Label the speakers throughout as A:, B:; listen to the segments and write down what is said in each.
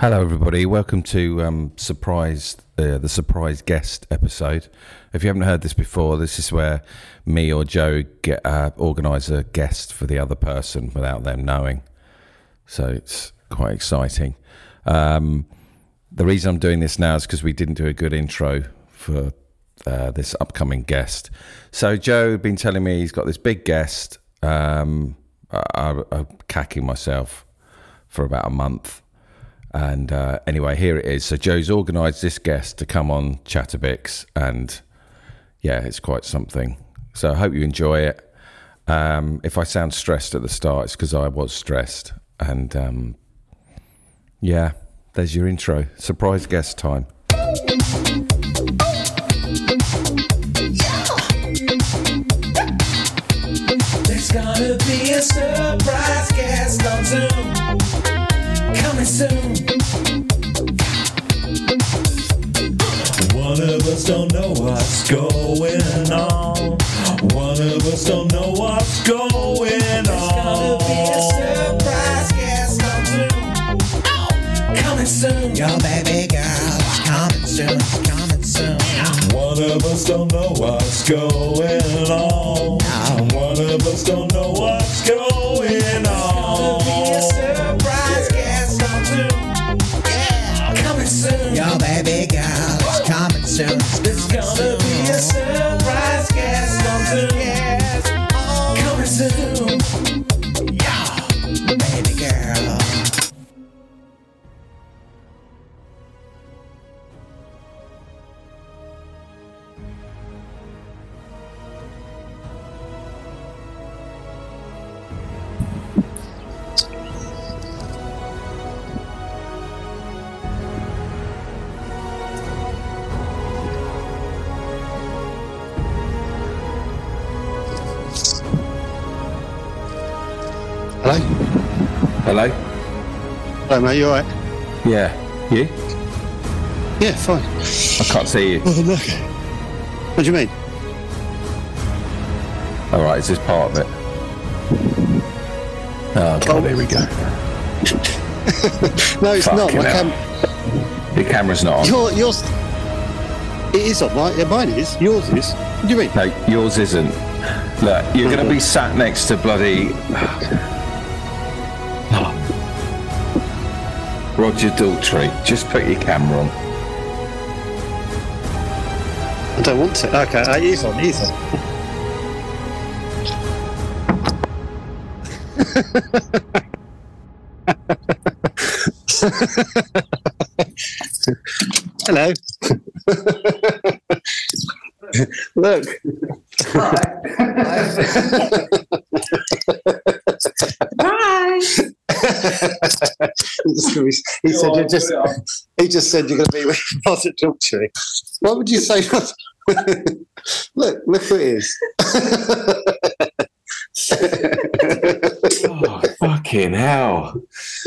A: Hello, everybody. Welcome to um, surprise uh, the surprise guest episode. If you haven't heard this before, this is where me or Joe get, uh, organise a guest for the other person without them knowing. So it's quite exciting. Um, the reason I'm doing this now is because we didn't do a good intro for uh, this upcoming guest. So Joe had been telling me he's got this big guest. Um, I, I, I'm cacking myself for about a month. And uh, anyway, here it is. So Joe's organised this guest to come on Chatterbix, and yeah, it's quite something. So I hope you enjoy it. Um, if I sound stressed at the start, it's because I was stressed. And um, yeah, there's your intro. Surprise guest time.
B: There's gonna be a surprise guest on Zoom. Coming soon. One of us don't know what's going on. One of us don't know what's going on. There's gonna be a surprise guest on Zoom. Coming soon. Yo, baby girl, it's coming soon. It's coming soon. One of us don't know what's going on. One of us don't know what's going on. There's gonna be a surprise guest on Zoom. Yeah, coming soon.
C: Yo, baby girl, it's coming soon.
B: There's gonna be a surprise guest on Zoom. Coming soon.
C: Baby girl.
D: Hello.
A: Hello.
D: Hello, mate. You alright?
A: Yeah, you.
D: Yeah, fine.
A: I can't see you.
D: Oh, look. What do you mean?
A: All right, is this part of it? Oh god, here we go.
D: No, it's not.
A: Fucking
D: My
A: hell.
D: cam-
A: The camera's not on.
D: your, yours. It is on, right? Yeah, mine is. Yours is. What do you mean?
A: No, yours isn't. Look, you're going to be sat next to bloody Roger Daltrey. Just put your camera on.
D: I don't want to. Okay, uh, it is on. It is on. Hello. look.
E: Hi.
D: he said, you just, he just said you're going to be with Roger Daltrey. Why would you say that? look, look who it is.
A: Oh, fucking hell.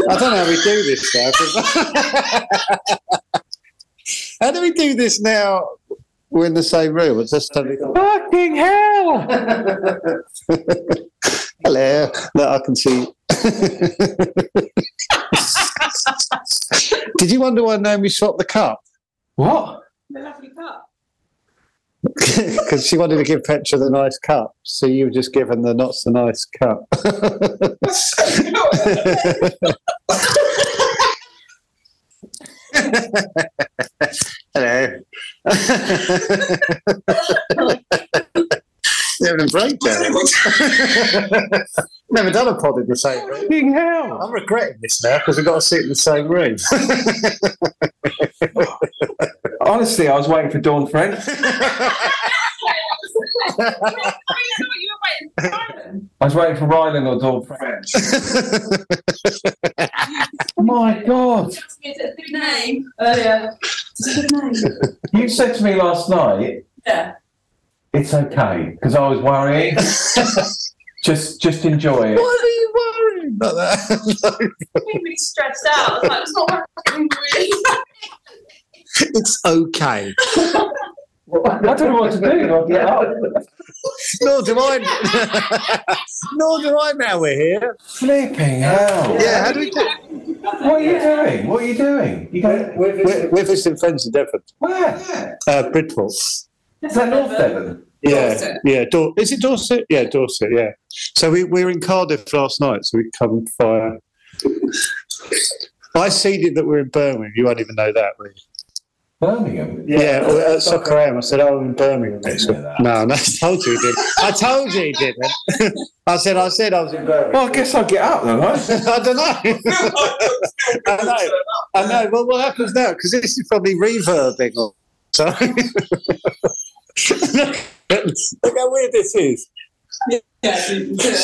D: I don't know how we do this now. 'cause- how do we do this now? We're in the same room. It's just totally...
A: Fucking hell.
D: Hello. Look, I can see. Did you wonder why Naomi swapped the cup?
A: What?
E: The lovely cup.
D: Because she wanted to give Petra the nice cup, so you were just given the not so nice cup. Hello. You're having a breakdown. Never done a pod in the same room.
A: Fucking hell.
D: I'm regretting this now because we've got to sit in the same room.
A: Honestly, I was waiting for Dawn French.
E: you were waiting.
A: I was waiting for Ryland or Dawn French. My God.
E: Good name. Earlier. Good name.
A: You said to me last night,
E: Yeah.
A: it's okay, because I was worrying. just just enjoy it.
D: are you worrying about that?
E: It made me stressed out. I was like, it's not working really.
D: it's okay.
A: I don't know what to do. I'll get up.
D: Nor do I. Nor do I. Now we're here.
A: Flipping hell.
D: Yeah. How do we?
E: do
F: What are you doing? What are you doing? You
D: We're,
F: go,
D: we're, we're visiting friends in Devon,
F: where?
D: uh, Bridport.
F: Is that North Devon?
D: Yeah,
A: Dorset.
D: yeah. Dor- is it Dorset? Yeah, Dorset. Yeah. So we, we were in Cardiff last night, so we come fire. I seeded that we're in Birmingham. You won't even know that, will you?
F: Birmingham.
D: Yeah, or at Soccer Am. I said, "Oh, I'm in Birmingham." next week." No, no, I told you, you did. I told you, you didn't. I said, I said, I was in Birmingham.
F: Well, I guess I'll get up then. Right?
D: I don't know. I know. I know. Well, what happens now? Because this is probably reverbing. on. So look, look how weird this is.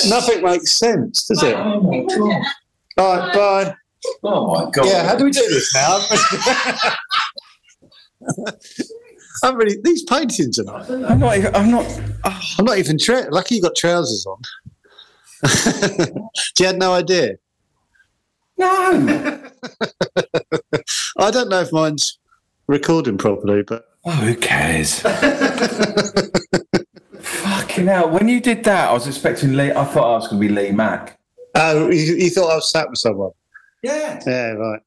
D: Nothing makes sense, does it? All right, bye.
F: Oh my god.
D: Yeah, how do we do this now? I'm really. These paintings are nice.
F: I'm not. even- I'm not.
D: I'm not even. Tra- Lucky you got trousers on. you had no idea.
F: No.
D: I don't know if mine's recording properly, but
F: Oh, who cares? Fucking hell. When you did that, I was expecting Lee. I thought I was going to be Lee Mack.
D: oh, you, you thought I was sat with someone.
F: Yeah.
D: Yeah, right.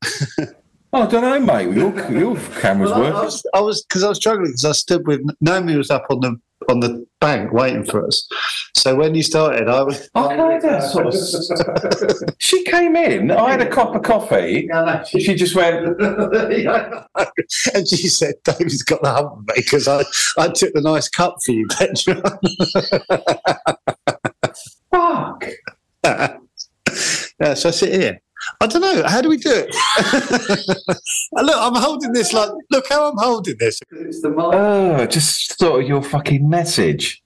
F: Oh, I don't know, mate. Your, your camera's
D: Well, I, I
F: working.
D: was, I was, because I was struggling because I stood with Naomi was up on the on the bank waiting for us. So when you started, I was.
F: I had a sort of. she came in. I had a cup of coffee. She just went.
D: and she said, "David's got the hump mate, because I, I took the nice cup for you, Petra."
F: Fuck.
D: yeah, so I sit here. I don't know. How do we do it? And look, I'm holding this like. Look how I'm holding this.
F: Oh, just thought of your fucking message.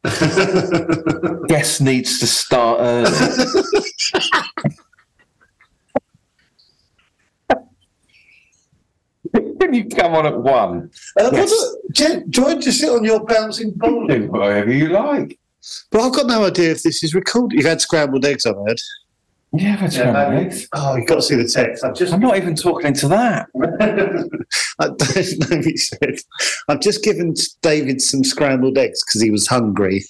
F: Guest needs to start early. Can you come on at one?
D: Uh, what
F: Yes.
D: do- Jen, do I just sit on your bouncing ball?
F: Do whatever you like.
D: But I've got no idea if this is recorded. You've had scrambled eggs, I've heard.
F: Yeah, that's
C: Yeah,
F: right.
C: maybe.
F: mate.
D: Oh, you've got to see the text.
C: I've just
F: I'm not even talking into that.
D: I don't know what he said. I've just given David some scrambled eggs because he was hungry.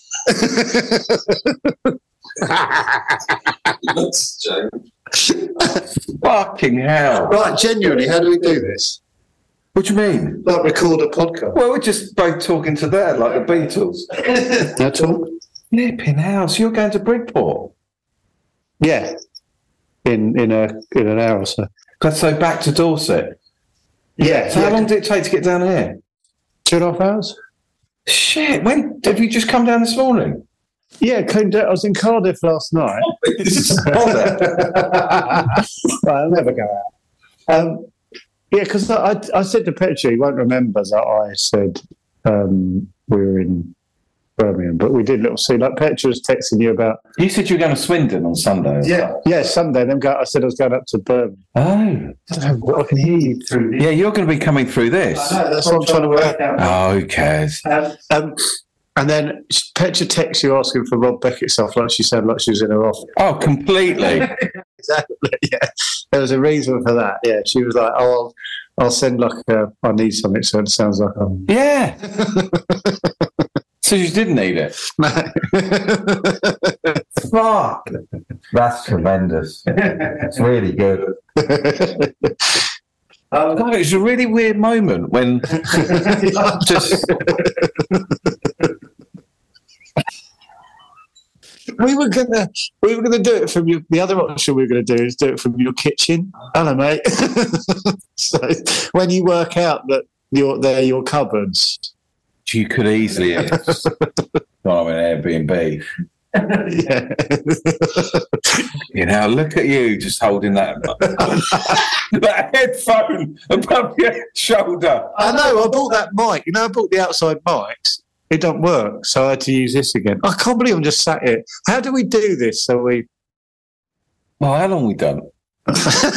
F: Fucking hell.
D: Right, genuinely, how do we do this?
F: What do you mean?
D: Like record a podcast.
F: Well, we're just both talking to there like the Beatles.
D: At all?
F: Nipping house, you're going to Bridport.
D: Yeah. In in a in an hour or so.
F: So back to Dorset.
D: Yeah.
F: So how long did it take to get down here?
D: Two and a half hours?
F: Shit, when have you just come down this morning?
D: Yeah, came down. I was in Cardiff last night. Right, I'll never go out. Um, yeah, because I, I, I said to Petra, you won't remember that I said um, we were in Birmingham, but we did little see. Like Petra was texting you about
F: you said you were going to Swindon on Sunday.
D: yeah yeah Sunday. Then go, I said I was going up to Birmingham.
F: Oh.
D: I don't know, but I can hear you through.
F: Yeah, you're going to be coming through this.
D: that's what I'm trying to work out.
F: Oh, who cares?
D: Um, and then Petra texts you asking for Rob Beckett's stuff, like she said, like she was in her office.
F: Oh, completely.
D: exactly. Yeah, there was a reason for that. Yeah, she was like, "Oh, I'll, I'll send like a, I need something." So it sounds like um, I'm.
F: Yeah. so you didn't need it. Fuck. That's tremendous. It's really good. it was a really weird moment when just
D: we were gonna, we were gonna do it from your. The other option we were gonna do is do it from your kitchen. Hello, mate. so when you work out that your they're your cupboards,
F: you could easily have just gone on an Airbnb.
D: yeah,
F: You know, look at you just holding that that headphone above your shoulder.
D: I know. I bought that mic. You know, I bought the outside mics. It don't work, so I had to use this again. I can't believe I'm just sat here. How do we do this? So we.
F: Well, how long we done? oh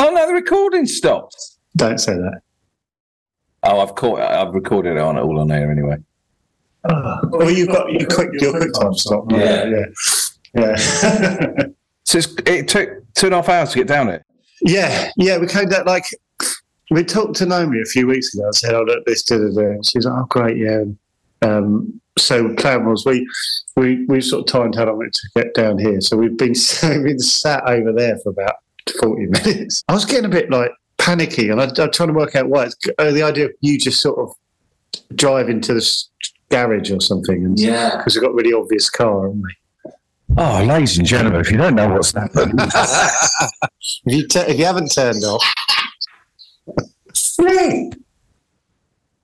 F: no, the recording stopped.
D: Don't say that.
F: Oh, I've caught. I've recorded it on all on air anyway.
D: Well, you've got your quick, your quick time stop.
F: Yeah.
D: yeah, yeah,
F: So it's, it took two and a half hours to get down it.
D: yeah, yeah. We came down like we talked to Naomi a few weeks ago. I said, "Oh, look, this did it." And she's like, "Oh, great, yeah." Um, so the plan was we we we sort of timed how long it to get down here. So we've been we've been sat over there for about to 40 minutes. I was getting a bit like panicky and I, I'm trying to work out why. It's, uh, the idea of you just sort of driving to the s- garage or something. And,
E: Yeah.
D: Because we've got a really obvious car, haven't we?
A: Oh, ladies and gentlemen, if you don't know what's happened,
D: If you, tu- if you haven't turned off,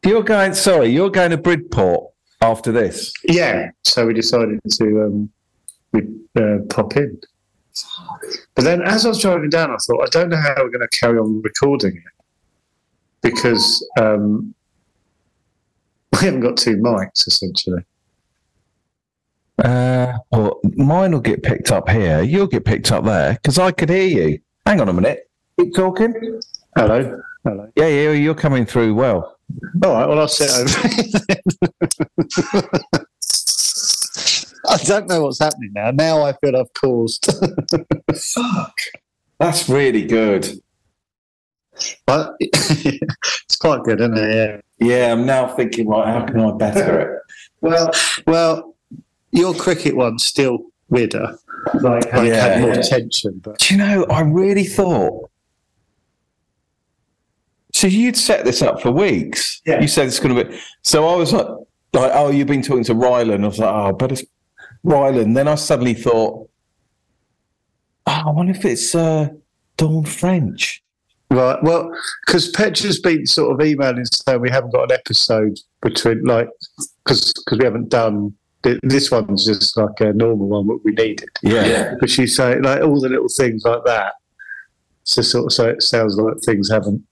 F: You're going. Sorry, you're going to Bridport after this.
D: yeah. So we decided to um, we uh, pop in. But then, as I was driving down, I thought, I don't know how we're going to carry on recording it because um, we haven't got two mics essentially.
F: Uh, well, mine will get picked up here. You'll get picked up there because I could hear you. Hang on a minute. Keep talking.
D: Hello. Hello.
F: Yeah, yeah, you're coming through well.
D: All right. Well, I'll sit over. I don't know what's happening now. Now I feel I've caused.
F: That's really good.
D: But it's quite good, isn't it? Yeah.
F: Yeah, I'm now thinking, right, how can I better it?
D: Well, well, your cricket one's still weirder. Like, had-
F: Yeah,
D: had more
F: yeah.
D: tension, but
F: Do you know, I really thought. So you'd set this up for weeks.
D: Yeah.
F: You said it's going to be. So I was like, like, oh, you've been talking to Ryland. I was like, oh, but it's Ryland. Then I suddenly thought, oh, I wonder if it's uh, Dawn French.
D: right. Well, because Petra's been sort of emailing saying we haven't got an episode between, like, because we haven't done th- this one's just like a normal one that we needed.
F: Yeah.
D: But she's saying like all the little things like that. So sort of so it sounds like things haven't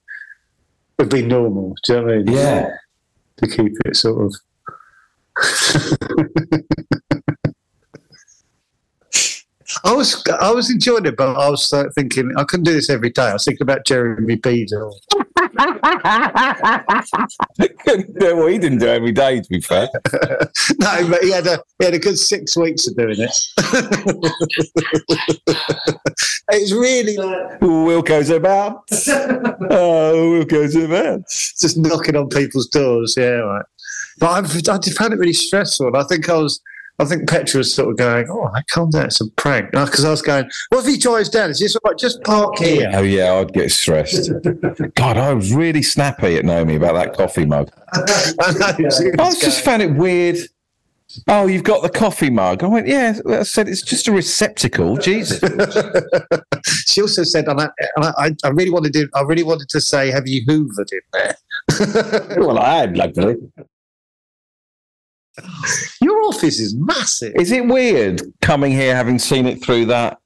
D: would be normal. Do you know what I mean?
F: Yeah.
D: To keep it sort of. I was I was enjoying it, but I was like, thinking I couldn't do this every day. I was thinking about Jeremy Beadle.
F: well, he didn't do it every day, to be fair.
D: no, but he had a he had a good six weeks of doing it. it's really like
F: Will goes about. Oh, Will goes about.
D: just knocking on people's doors. Yeah, right. But I've, I just found it really stressful. And I think I was, I think Petra was sort of going, "Oh, I calm down, it's a prank." Because I was going, "What if he drives down? Is this all right? Just park here."
F: Oh yeah, I'd get stressed. God, I was really snappy at Naomi about that coffee mug.
D: And I was
F: I just found it weird. Oh, you've got the coffee mug. I went, yeah. I said it's just a receptacle. Jesus.
D: she also said, and I, and I, I really wanted to, I really wanted to say, "Have you hoovered in there?"
F: well, I had luckily.
D: Your office is massive.
F: Is it weird coming here having seen it through that?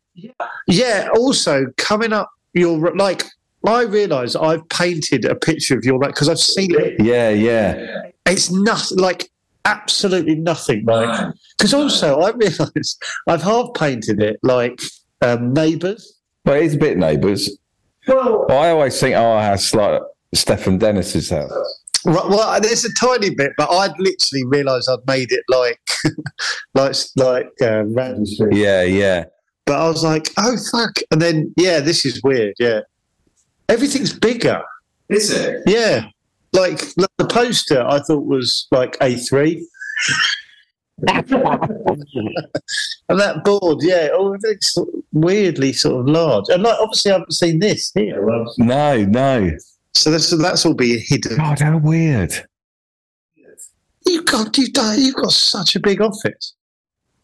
D: Yeah. Also, coming up, your like, I realise I've painted a picture of your because I've seen it
F: Yeah, yeah.
D: it's nothing like absolutely nothing like because also i realized i've half painted it like um neighbors
F: But it's a bit neighbours.
D: well
F: I always think our house like Stephen Dennis's house.
D: well there's a tiny bit but i'd literally realized i'd made it like like like uh, random
F: Yeah, yeah.
D: but i was like oh fuck and then yeah this is weird yeah everything's bigger
B: Is it?
D: yeah like the poster i thought was like a3 And that board, yeah, oh, it looks weirdly sort of large. And like, obviously, I haven't seen this here.
F: No, no.
D: So that's that's all being hidden.
F: God, how weird.
D: You got you done, you've got such a big office.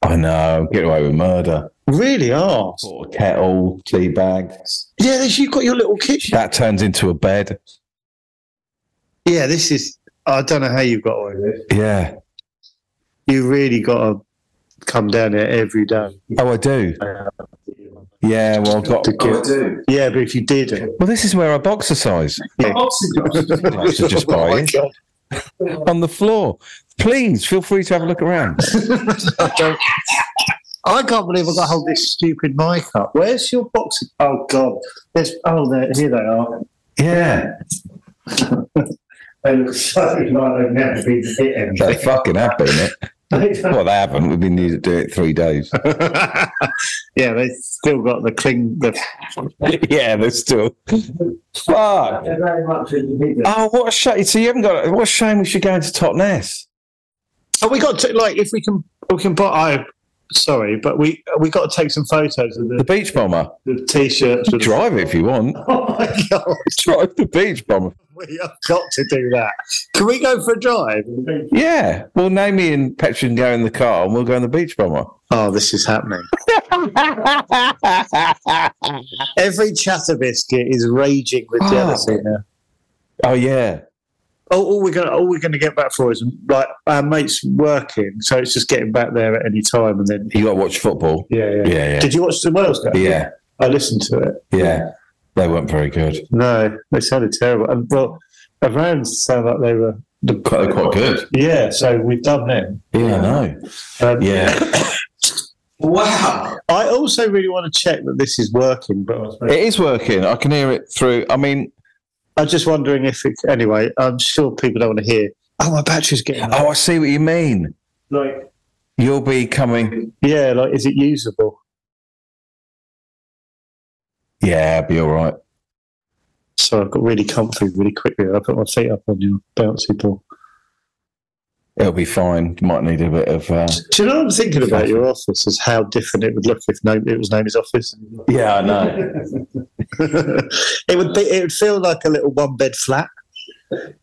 F: I know. uh, Get away with murder.
D: Really are.
F: Sort of kettle, tea bags.
D: Yeah, this- you've got your little kitchen.
F: That turns into a bed.
D: Yeah, this is. I don't know how you've got away with it.
F: Yeah.
D: You really got to come down here every day.
F: Oh, I do. Yeah. Well, I've got.
D: To
B: Oh, I
D: get-
B: do.
D: yeah, but if you uh, didn't,
F: Well, this is where I box size I should just buy
D: Oh my
F: it.
D: God.
F: on the floor. Please feel free to have a look around.
D: I, don't- I can't believe I got to hold this stupid mic up. Where's your box? Oh God, there's oh there here they are.
F: Yeah.
D: They look so like they've never been hit
F: They fucking have been it.
D: anything.
F: Well, they haven't. We've been used to do it three days.
D: yeah, they still got the cling. The,
F: yeah, they're still. Fuck. Oh, what a shame. So you haven't got. What a shame we should go into Totnes.
D: oh, we got to like if we can we can buy. I sorry, but we we got to take some photos of
F: The
D: the,
F: beach bomber.
D: the t-shirts. with-
F: Drive it if you want.
D: Oh my god,
F: Drive the beach bomber.
D: we have got to do that. Can we go for a drive?
F: Yeah. Well, Naomi and Petra can go in the car and we'll go in the beach bomber.
D: Oh, this is happening. Every chatter biscuit is raging with
F: Oh.
D: jealousy now.
F: Oh, yeah.
D: all, all we're gonna all we're gonna get back for is like our mates working, so it's just getting back there at any time and then
F: You got to watch football.
D: yeah, yeah.
F: Yeah, yeah.
D: Did you watch the Wales game?
F: Yeah.
D: I listened to it.
F: Yeah. They weren't very good.
D: No, they sounded terrible. And well, Iran sounded like they were.
F: Quite, they're quite good.
D: Yeah, so we've done them.
F: Yeah, I know.
D: Um,
F: Yeah.
B: Wow.
D: I also really want to check that this is working, but I was-
F: It is working. I can hear it through. I mean,
D: I'm just wondering if it. Anyway, I'm sure people don't want to hear. Oh, my battery's getting
F: oh, I see what you mean.
D: like
F: You'll be coming.
D: yeah, like is it usable?
F: Yeah, be all right.
D: So I got really comfy really quickly. I put my feet up on your bouncy ball.
F: It'll be fine. Might need a bit of. Uh...
D: Do you know what I'm thinking about your office is how different it would look if no, it was Naomi's office.
F: Yeah, I know.
D: it would be. It would feel like a little one bed flat,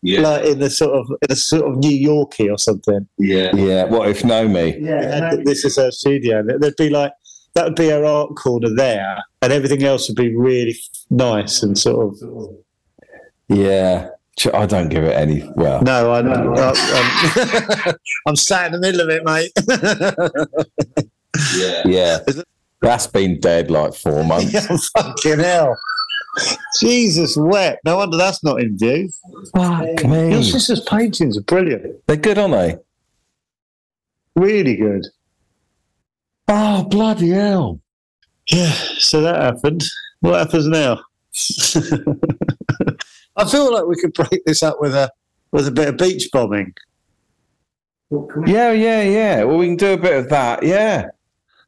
B: Yeah.
D: like in a sort of in a sort of New Yorkie or something.
B: Yeah.
F: Yeah. What if Naomi?
D: Yeah, this is her studio. There- There'd be like that would be her art corner there, and everything else would be really nice and sort of.
F: Yeah. Ch- I don't give it any. Well,
D: No, I know. I- I'm, I'm sat in the middle of it, mate.
B: Yeah.
F: yeah. That's been dead like four months.
D: yeah, fucking hell. Jesus wept. No wonder that's not in view.
F: Fuck
A: Hmm.
D: Your
F: me.
D: sister's paintings are brilliant.
F: They're good, aren't they?
D: Really good.
F: Oh, bloody hell.
D: Yeah, so that happened. What happens now? I feel like we could break this up with a with a bit of beach bombing.
F: Yeah, yeah, yeah. Well, we can do a bit of that. Yeah.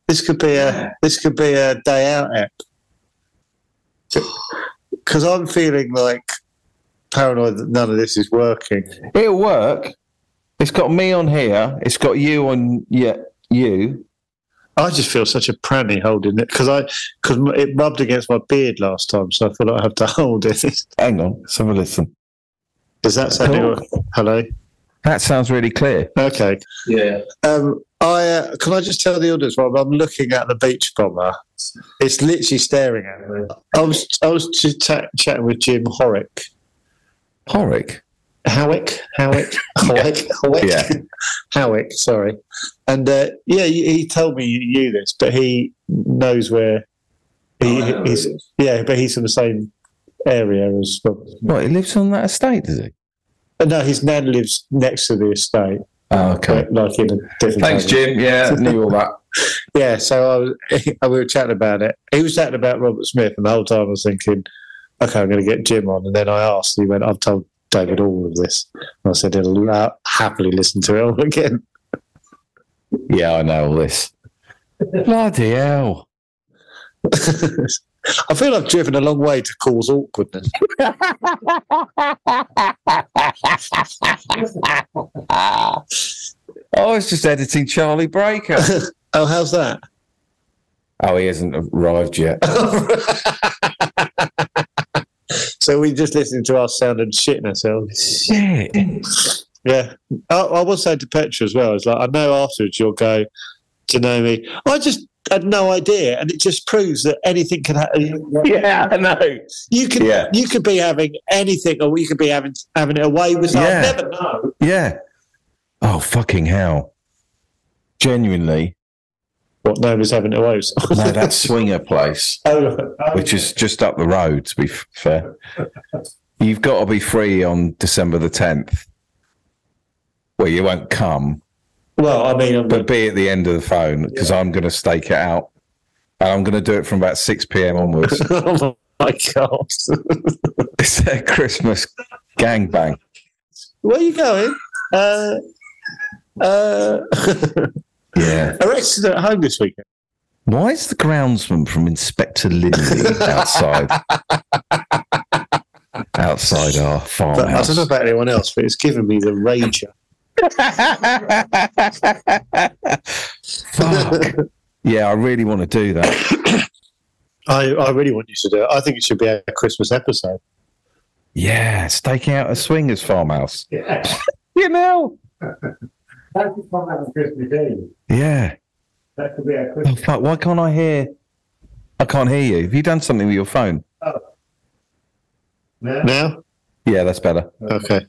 D: This could be a this could be a day out app. Because I'm feeling like paranoid that none of this is working.
F: It'll work. It's got me on here. It's got you on. Yeah, you.
D: I just feel such a pranny holding it because I because it rubbed against my beard last time, so I feel like I have to hold it.
F: Hang on. Let's have a listen.
D: Does that sound
F: Cool.
D: hello?
F: That sounds really clear.
D: Okay.
B: Yeah.
D: Um, I uh, can I just tell the audience, Rob? I'm looking at the beach bomber. It's literally staring at me. I was I was ch- chat chatting with Jim Horrick.
F: Horrick.
D: Howick, Howick, Howick, Howick,
F: Yeah.
D: Howick. Sorry, and uh, yeah, he, he told me you knew this, but he knows where. He,
B: Oh, I know
D: he's,
B: who it is.
D: yeah, but he's from the same area as. Well.
F: What? He lives on that estate, does he?
D: No, his nan lives next to the estate,
F: Oh, okay.
D: but like in a different.
F: Thanks,
D: area.
F: Jim. Yeah, knew all that.
D: Yeah, so I was, we were chatting about it. He was chatting about Robert Smith, and the whole time I was thinking, okay, I'm going to get Jim on. And then I asked, and he went, I've told David all of this. And I said, he'll uh, happily listen to it all again.
F: Yeah, I know all this. Bloody hell.
D: I feel I've driven a long way to cause awkwardness.
F: Oh, I was just editing Charlie Breaker.
D: Oh, how's that?
F: oh, he hasn't arrived yet.
D: so we just listened to our sound and shitting ourselves.
F: Shit.
D: Yeah. I, I was saying to Petra as well, it's like, I know afterwards you'll go to know me. I just had no idea. And it just proves that anything can happen.
F: Yeah, I know.
D: You could
F: Yeah.
D: you could be having anything, or you could be having having it away with.
F: Yeah.
D: I'll never know.
F: Yeah. Oh, fucking hell. Genuinely.
D: What no was having it away with.
F: No, that swinger place,
D: Oh, oh.
F: which is just up the road, to be f- fair. You've got to be free on December the 10th. Well, you won't come,
D: well, I mean, I'm
F: but be at the end of the phone because I'm going to stake it out. And I'm going to do it from about 6 p.m. onwards.
D: oh my god,
F: it's a Christmas gangbang.
D: where are you going? Uh, uh,
F: Yeah.
D: arrested at home this weekend.
F: Why is the groundsman from Inspector Lindley outside? outside our
D: But I
F: farmhouse.
D: don't know about anyone else, but it's given me the rager.
A: Fuck. Yeah, I really want to do that.
D: I, I really want you to do it. I think it should be a Christmas episode.
A: Yeah, staking out a swingers farmhouse.
D: Yeah.
A: You know?
D: That could come out on Christmas Eve.
A: Yeah.
D: That could be our
A: Oh
D: Christmas.
A: fuck! Why can't I hear? I can't hear you. Have you done something with your phone?
D: Now?
A: Yeah, that's better.
D: Okay.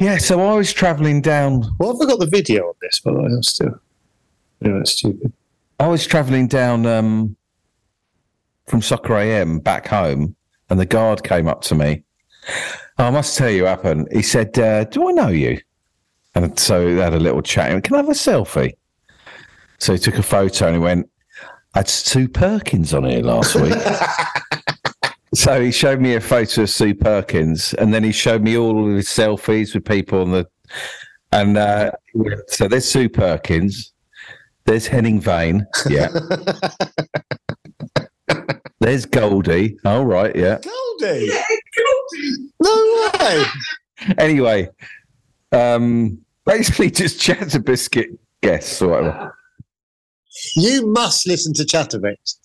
A: Yeah. So I was travelling down
D: Well, have I got the video on this? But I'm still. Yeah, that's stupid.
A: I was travelling down um, from Soccer AM back home, and the guard came up to me. I must tell you, what happened. He said, uh, "Do I know you?" And so they had a little chat. He went, Can I have a selfie? So he took a photo and he went, "I had Sue Perkins on here last week." so he showed me a photo of Sue Perkins, and then he showed me all of his selfies with people on the. And uh, so there's Sue Perkins. There's Henning Vane. Yeah. there's Goldie. All right. Yeah.
D: Goldie! No way!
A: Anyway, um, basically just chatter biscuit guests or whatever.
D: You must listen to Chatterbox.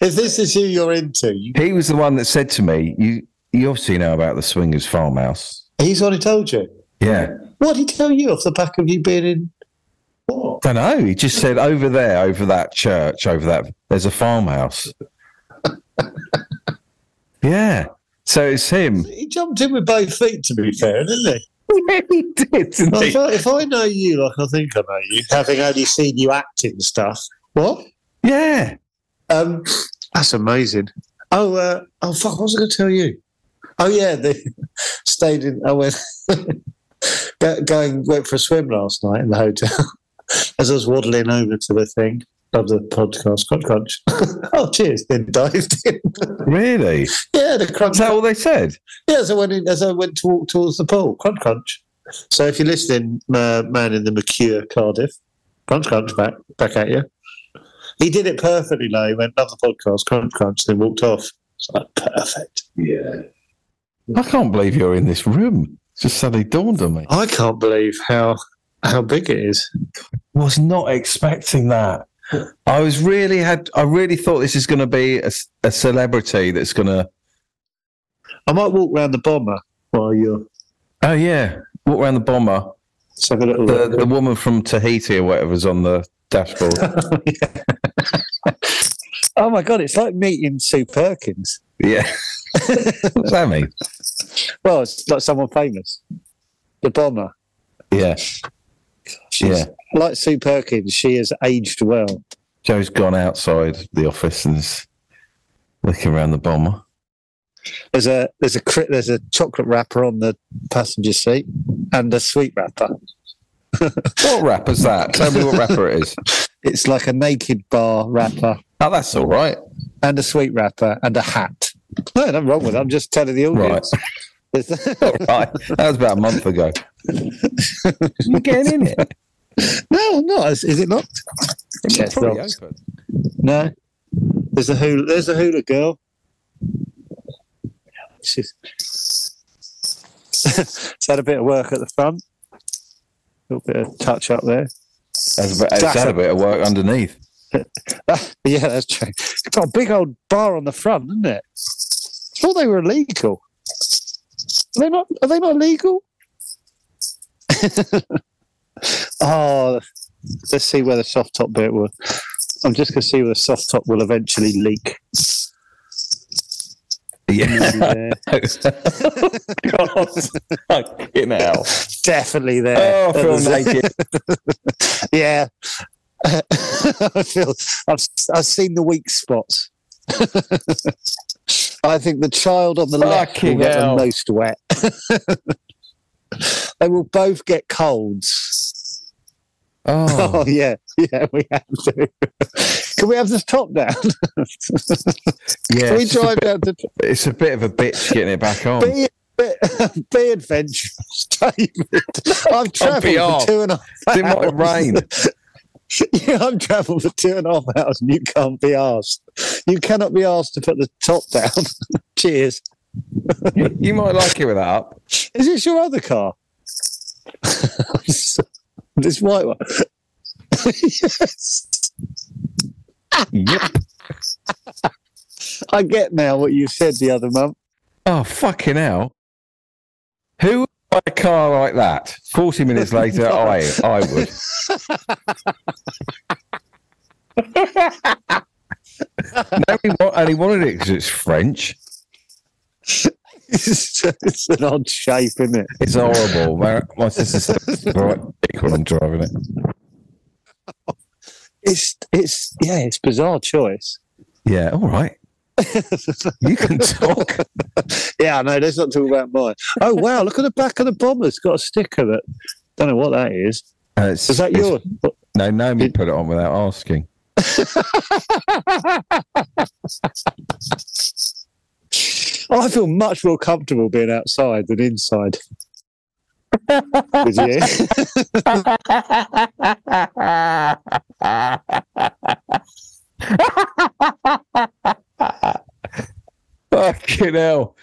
D: If this is who you're into, you,
A: He was the one that said to me, "You, you obviously know about the Swingers Farmhouse."
D: he's already told you.
A: Yeah.
D: What did he tell you off the back of you being in? What?
A: Don't know. He just said over there, over that church, over that. There's a farmhouse. yeah. So it's him.
D: He jumped in with both feet, to be fair, didn't he?
A: Yeah, he did. didn't
D: Well,
A: he?
D: if, I, if I know you like I think I know you, having only seen you act in stuff. What?
A: Yeah.
D: Um, That's amazing. Oh, uh, oh fuck! What was I going to tell you? Oh yeah, they stayed in. I went go- going went for a swim last night in the hotel. As I was waddling over to the thing of the podcast, crunch, crunch. oh, cheers! Then dived in.
A: Really? Is
D: yeah, the crunch.
A: that all they said?
D: Yeah, as I went in, as I went to walk towards the pool, crunch, crunch. So if you're listening, uh, man in the Mercure, Cardiff, crunch, crunch, back, back at you. He did it perfectly. Though he went another podcast, crunch, crunch, then walked off. It's like perfect.
A: I can't believe you're in this room. It's just suddenly dawned on me. I
D: I can't believe how how big it is.
A: was not expecting that. I was really had. I really thought this is going to be a, s- a celebrity that's going to.
D: I might walk round the bomber while you're
A: Oh yeah, walk around the bomber.
D: let's have a little
A: The, the
D: look.
A: woman from Tahiti or whatever's on the dashboard.
D: Oh my god, it's like meeting Sue Perkins.
A: yeah. What's that mean?
D: Well, it's like someone famous. The bomber.
A: Yeah.
D: She's,
A: Yeah.
D: Like Sue Perkins, she has aged well.
A: Joe's gone outside the office and is looking around the bomber.
D: There's a there's a cri- there's a chocolate wrapper on the passenger seat and a sweet wrapper.
A: What rapper's that? Tell me what rapper it is.
D: It's like a naked bar wrapper
A: Oh, that's all right.
D: and a sweet wrapper and a hat. No, nothing wrong with it. I'm just telling the audience.
A: All right. That was about a month ago. you getting in it?
D: no, no, is, is it not? Yes,
A: Probably
D: no.
A: open.
D: no. There's a hula. There's a hula girl. She's it's had a bit of work at the front. A little bit of touch up there.
A: That's a bit, it's
D: That's
A: had
D: a-
A: a bit of work underneath.
D: yeah, that's true. It's got a big old bar on the front, isn't it? I thought they were illegal. Are they not? Are they not legal? oh, let's see where the soft top bit will. I'm just going to see where the soft top will eventually leak.
A: Yeah.
D: Yeah,
A: God, fucking hell.
D: definitely there.
A: Oh, I feel
D: There's-
A: naked.
D: yeah. I feel I've, I've seen the weak spots. I think the child on the left will
A: Fucking
D: get the
A: hell.
D: most wet. they will both get colds. Oh,
A: Oh,
D: yeah, yeah, we have to. Can we have this top down?
A: yeah.
D: Can we
A: It's, just a
D: drive
A: bit,
D: down to
A: it's a bit of a bitch getting it back on.
D: be, be, be adventurous, David? I've travelled
A: off.
D: for two and a half
A: It might
D: hours.
A: rain.
D: yeah, I've travelled for two and a half hours and you can't be asked. You cannot be asked to put the top down. Cheers.
A: You might like it with that up.
D: Is this your other car?
G: this white one. yes.
D: I get now what you said the other month.
F: Oh, fucking hell. Who would buy a car like that? 40 minutes later, I I would. no, he, wa- and he wanted it because it's French.
D: it's, it's an odd shape, isn't it?
F: It's horrible. My, my sister said it's the right dick when I'm driving it.
D: It's it's yeah, it's bizarre choice.
F: Yeah, all right. you can talk.
D: Yeah, I know. Let's not talk about mine. Oh wow, look at the back of the bomber. It's got a sticker that don't know what that is.
F: Uh, it's-
D: Is that
F: it's-
D: yours?
F: No, Naomi put it on without asking.
D: Oh, I feel much more comfortable being outside than inside. With you.
F: Fucking hell.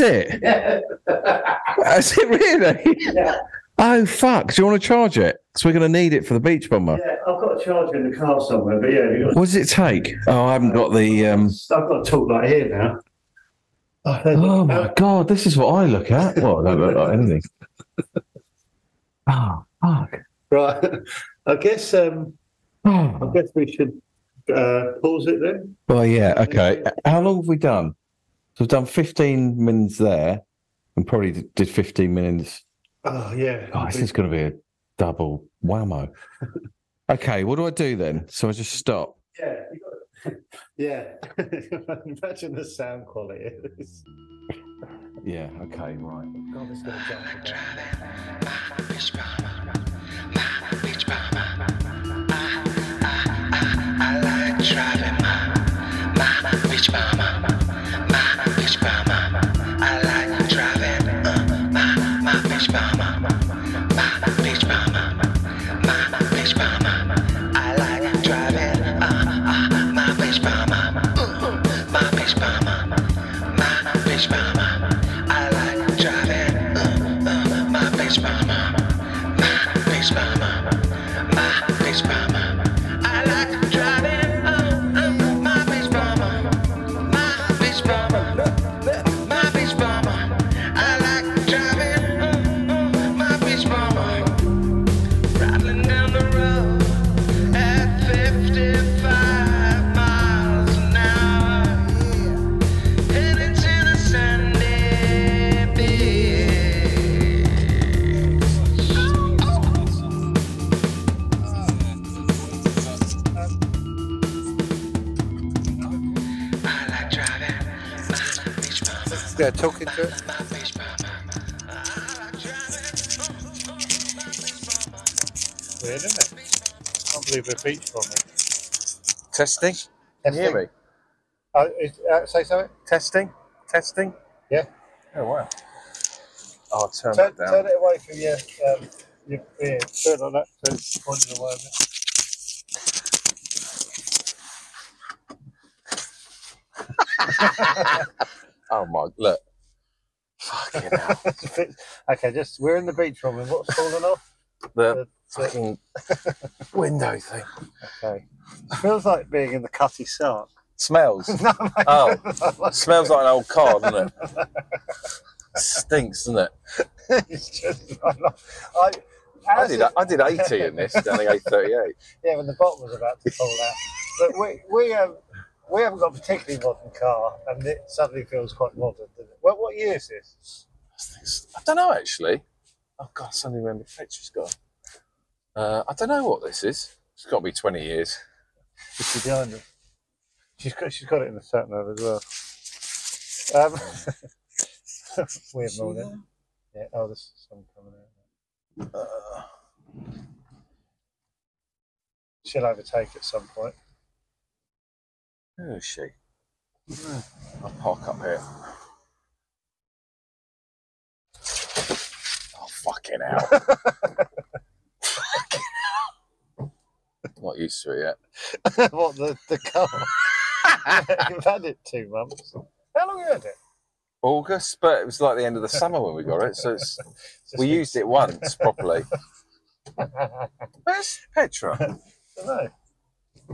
F: it. That's it, really.
D: Yeah.
F: Oh, fuck. Do you want to charge it? Because we're going to need it for the beach bomber.
D: Yeah,
G: Oh,
D: I've got a charger in the car somewhere, but yeah, you
F: What does it take? Oh, I haven't got the. Um...
D: I've got to talk like here now.
F: Oh, my God. This is what I look at. Well, I don't look like anything. Oh, fuck.
D: Right. I guess um, I
F: Oh.
D: guess we should uh, pause it then.
F: Well, yeah. Okay. How long have we done? So we've done 15 minutes there and probably did 15 minutes
D: Oh yeah.
F: Oh, this is going to be a double whammo. okay, what do I do then? So I just stop.
D: Yeah. you got- Yeah. Imagine the sound quality.
F: Yeah, okay, right.
D: God, it's gonna jump about.
H: Yeah, talking to it.
G: Weird, isn't it? Can't believe we're beach bombing.
H: Testing. Can you hear me?
G: Uh, is, uh, say something.
H: Testing. Testing.
G: Yeah.
H: Oh wow. I'll turn
G: Turn,
H: that down.
G: turn it away from your um, your beard. Turn it on that. So it's pointed away. a bit.
H: Oh my! Look. Fucking hell.
G: okay, just we're in the beach bombing. What's falling off?
H: The fucking window thing.
G: Okay. Feels like being in the cutty sark.
H: Smells.
G: no, mate.
H: Oh, smells like an old car, doesn't it? Stinks, doesn't it?
G: it's just I, I,
H: I
G: ours
H: did.
G: is-
H: I did 80 in this. Down the 838.
G: Yeah, when the bottom was about to fall out. But we we um, we haven't got a particularly modern car, and it suddenly feels quite modern, doesn't it? Well, what year is this?
H: I don't know actually. Oh god, I suddenly remember the picture's gone. Uh, I don't know what this is. It's got to be 20 years.
G: It's behind us. She's got she's got it in the sat nav as well. Um, weird morning. Yeah. Oh, there's sun coming out. She'll overtake at some point.
C: Oh,
H: Who is she? I'll park up here. Oh, fucking hell. Fucking hell. Not used to it yet.
G: what the the car? You've had it two months. How long have you had it?
C: August, but it was like the end of the summer when we got it. So it's, we used it once properly. Where's Petra?
G: don't know.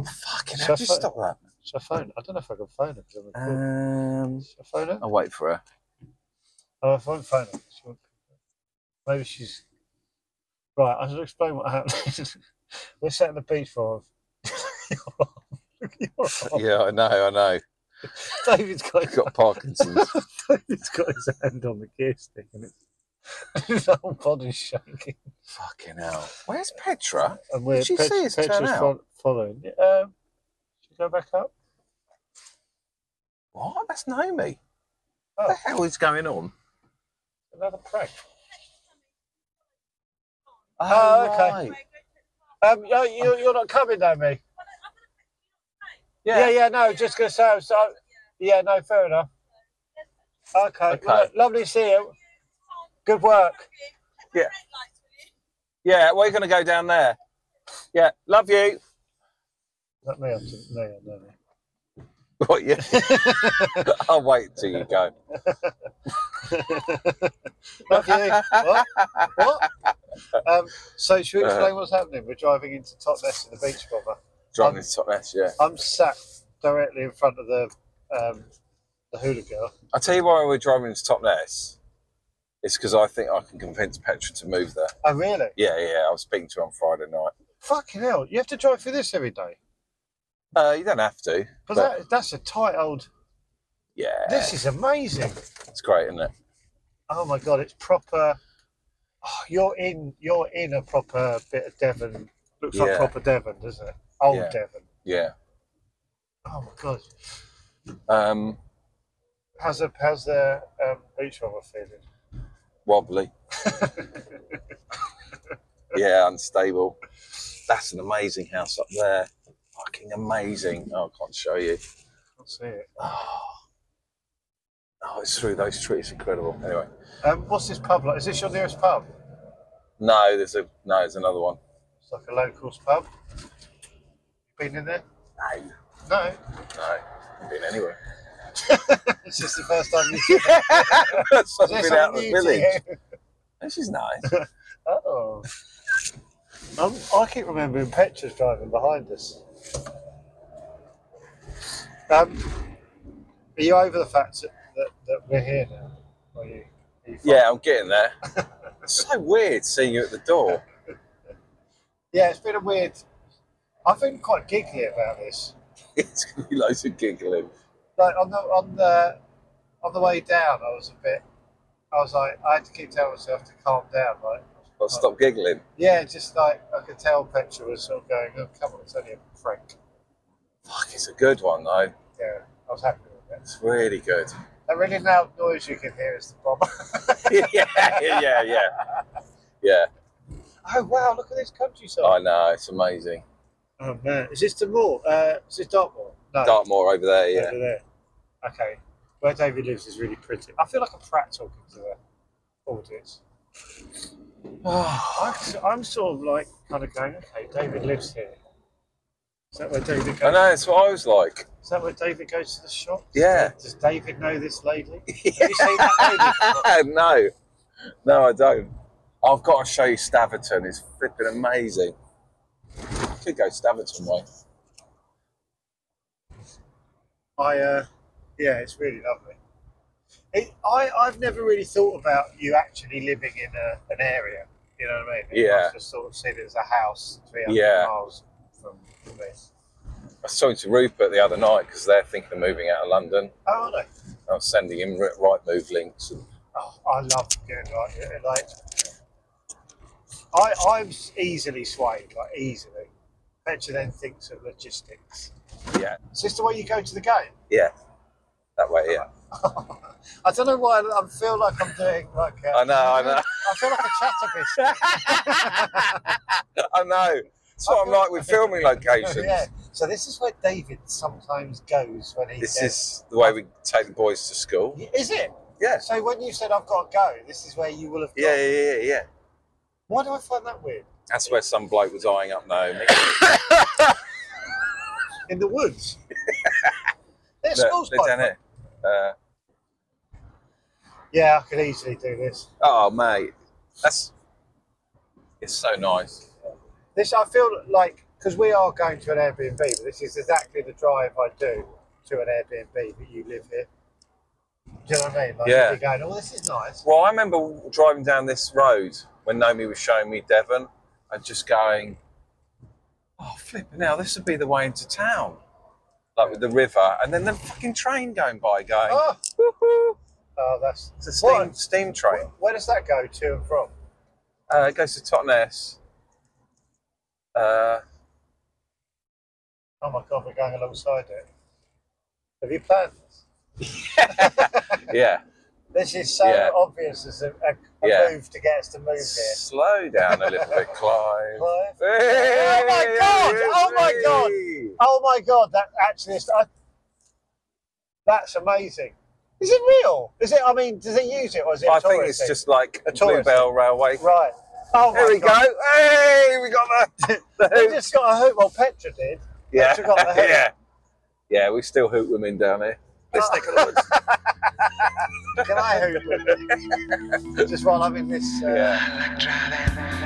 C: Fucking hell, just stop that.
G: Should I phone? I don't know if I can phone her. 'cause I'm recording.
C: Um,
G: Should I phone her?
C: I'll wait for her.
G: Oh, if I won't phone her. She won't pick up. Maybe she's. Right, I should explain what happened. We're sat on the beach for. You're on.
C: Yeah, I know, I know.
G: David's got,
C: I've got Parkinson's.
G: David's got his hand on the gear stick and it's, his whole body's shaking.
C: Fucking hell. Where's Petra?
G: And we're
C: Did she see us turn
G: Petra's
C: out?
G: fol- following. Yeah, Um, should we go back up?
C: What? That's Naomi. What
G: Oh,
C: the hell is going on?
G: another prank.
C: Oh,
G: okay.
C: right.
G: Um, no, you, you're not coming, Naomi.
C: Yeah.
G: yeah, yeah, no, just gonna say, I'm sorry. Yeah, no, fair enough. Okay,
C: Okay.
G: well, lovely to see you. Good work.
C: Yeah, we're going to go down there. Yeah, love you.
G: Not me, I'm just- no, no, no.
C: What, yeah. I'll wait till you go.
G: Love you. what? What? Um, so, should we explain what's happening? We're driving into Totnes in the beach bother.
C: Driving into top left, yeah.
G: I'm sat directly in front of the um, the hula girl.
C: I'll tell you why we're driving into Totnes. It's because I think I can convince Petra to move there.
G: Oh, really?
C: Yeah, yeah, I was speaking to her on Friday night.
G: Fucking hell! You have to drive through this every day.
C: Uh, you don't have to.
G: But that, that's a tight old.
C: yeah,
G: This is amazing.
C: it's great, isn't it?
G: Oh my god, it's proper. Oh, you're in. You're in a proper bit of Devon. Looks like
C: Yeah.
G: proper Devon, doesn't it? Old
C: Yeah.
G: Devon.
C: Yeah.
G: Oh my god.
C: Um,
G: How's the how's the um, beach rubber feeling?
C: wobbly. yeah, unstable. That's an amazing house up there. Fucking amazing. Oh, I can't show you.
G: I'll see it.
C: Oh, oh it's through those trees. It's incredible. Anyway,
G: Um, what's this pub like? Is this your nearest pub?
C: no, there's a no, there's another one.
G: It's like a locals pub. Been in there?
C: No,
G: No.
C: no, haven't been anywhere.
G: It's just the first time you've
C: That's
G: Is there
C: been out in
G: something
C: the
G: new to
C: village.
G: you?
C: This is nice.
G: Oh. Um, I keep remembering Petra's driving behind us. Um, are you over the fact that, that, that we're here now? Are you? Are you fine?
C: Yeah, I'm getting there. It's so weird seeing you at the door.
G: Yeah, it's been a weird. I've been quite giggly about this.
C: It's gonna be loads of giggling.
G: Like on the on the on the way down, I was a bit. I was like, I had to keep telling myself to calm down. Like,
C: Well, stop giggling.
G: yeah, just like I could tell Petra was sort of going, "Oh, come on, it's only a prank."
C: Fuck, it's a good one though.
G: Yeah, I was happy with it.
C: It's really good.
G: That really loud noise you can hear is the bomb.
C: yeah, yeah, yeah, yeah.
G: oh wow, look at this countryside.
C: I know it's amazing.
G: Oh man, is this the Moor? Uh, is this Dartmoor? No,
C: Dartmoor over there, yeah.
G: over there. Okay, where David lives is really pretty. I feel like a prat talking to the audience. I'm, I'm sort of like kind of going, okay, David lives here. Is that where David
C: I
G: goes?
C: know it's what I was like.
G: Is that where David goes to the shop?
C: Yeah.
G: Does David know this lady? Have you seen that lady?
C: no, no, I don't. I've got to show you Staverton. It's flipping amazing. Could go Staverton way.
G: I uh, yeah, it's really lovely. It, I I've never really thought about you actually living in a, an area. You know what I mean?
C: Yeah.
G: I've just sort of seen it as a house three hundred
C: Yeah.
G: miles from from me.
C: I was talking to Rupert the other night because they're thinking of moving out of London.
G: Oh, are they?
C: I was sending him ri- right move links. And,
G: Oh, I love getting like it. Like, I I'm s- easily swayed, like easily. Petra then thinks of logistics.
C: yeah,
G: Is this the way you go to the game?
C: yeah, that way. Yeah,
G: I don't know why I I feel like I'm doing like. uh,
C: I know, I know.
G: I feel like a chatterbox.
C: I know. That's what I'm like with filming locations.
G: Yeah. So this is where David sometimes goes when he
C: This
G: says,
C: is the way we take the boys to school.
G: Is it?
C: Yes.
G: So when you said I've got to go, this is where you will have
C: Yeah,
G: gone.
C: yeah, yeah, yeah.
G: Why do I find that weird?
C: That's where some bloke was eyeing up Naomi.
G: In the woods. Their
C: Look,
G: school's
C: look
G: quite
C: down here. Uh,
G: Yeah, I could easily do this.
C: Oh, mate, that's it's so nice.
G: This I feel like because we are going to an Airbnb, but this is exactly the drive I do to an Airbnb. But you live here. Do you know what I mean? Like,
C: Yeah.
G: You're going, oh, this is nice.
C: Well, I remember driving down this road when Naomi was showing me Devon and just going, oh, flipping now, this would be the way into town. Like with the river, and then the fucking train going by, going,
G: Oh,
C: woohoo!
G: oh that's
C: It's a steam,
G: What?
C: steam train.
G: Where does that go to and from?
C: Uh, it goes to Totnes. Uh,
G: Oh my god, we're going alongside it. Have you planned this?
C: yeah,
G: This is so
C: Yeah.
G: obvious as a, a, a
C: Yeah.
G: move to get us to move here.
C: slow down a little bit, Clive.
G: Clive? Oh my God! Oh my God! Oh my god, that actually is. I, that's amazing. Is it real? Is it? I mean, does it use it or is it? a
C: I think
G: tourist
C: it's
G: thing?
C: just like
G: A tourist.
C: Bluebell Railway.
G: right. Oh,
C: There
G: my
C: we go.
G: God.
C: Hey, we got the, the
G: They
C: hoot.
G: just got a hoot. Well, Petra did.
C: Yeah.
G: Petra got the hoot.
C: yeah. Yeah, we still hoot women down here. Let's take a look.
G: Can I hoot? with you? just while I'm in this. Uh,
C: Yeah.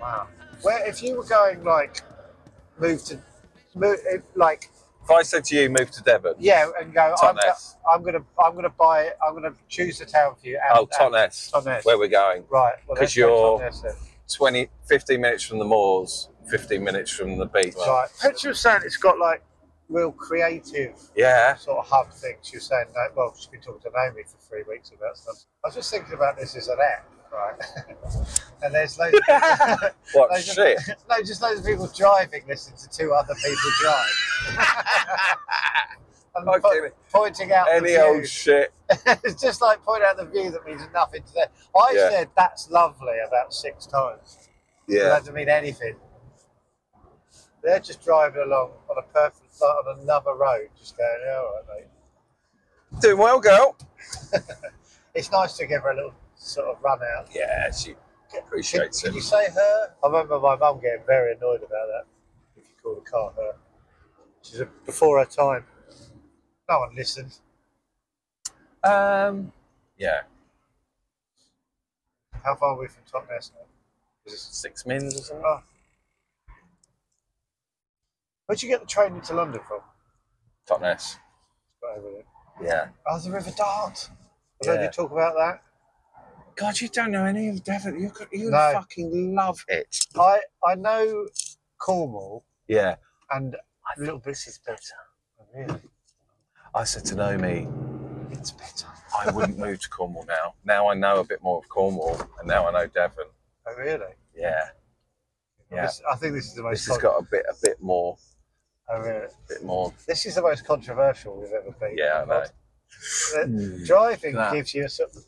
G: wow. Where if you were going like move to move if, like
C: If I said to you, move to Devon.
G: yeah and go I'm, go-
C: Totnes.
G: I'm gonna I'm gonna buy I'm gonna choose a town for you. And,
C: Oh,
G: and-
C: Totnes.
G: Totnes.
C: Where we're going.
G: Right. Well,
C: 'Cause
G: let's go
C: you're-
G: Totnes then.
C: 20, 15 minutes from the moors, 15 minutes from the beach.
G: Right. Petra was saying it's got like real creative
C: Yeah.
G: sort of hub thing. She was saying, no, well, she's been talking to Naomi for three weeks about stuff. I was just thinking about this as an app, right? and there's loads of people,
C: What
G: loads
C: shit?
G: Of, no, just loads of people driving, listening to two other people drive. and
C: Okay.
G: po- pointing out
C: Any
G: the
C: old
G: view.
C: shit.
G: it's just like pointing out the view that means nothing to them. I
C: Yeah.
G: said that's lovely about six times. That doesn't mean anything. They're just driving along on a perfect like, on another road, just going, "Yeah, all right, mate.
C: Doing well, girl.
G: It's nice to give her a little sort of run out.
C: Yeah, she
G: Can,
C: appreciates
G: can
C: it.
G: you say her? I remember my mum getting very annoyed about that. If you call the car her, she's a, before her time. No one listened.
C: Um, yeah.
G: How far are we from Totnes now?
C: Six mins or something.
G: Oh. Where'd you get the train into London from?
C: Totnes.
G: Right over there.
C: Yeah.
G: Oh, the River Dart. I've heard
C: Yeah.
G: you talk about that.
C: God, you don't know any of Devon. You could, you
G: No.
C: fucking love it.
G: I I know Cornwall
C: Yeah.
G: and Oh,
C: I little this is better. I said to Naomi, it's better. I wouldn't move to Cornwall now. Now I know a bit more of Cornwall, and now I know Devon.
G: oh really?
C: Yeah. Yeah.
G: This, I think this is the most.
C: This has got a bit, a bit more,
G: oh, really?
C: bit more.
G: This is the most controversial we've ever been.
C: Yeah, I know. Hmm.
G: Uh, Driving
C: That.
G: gives you a sort of.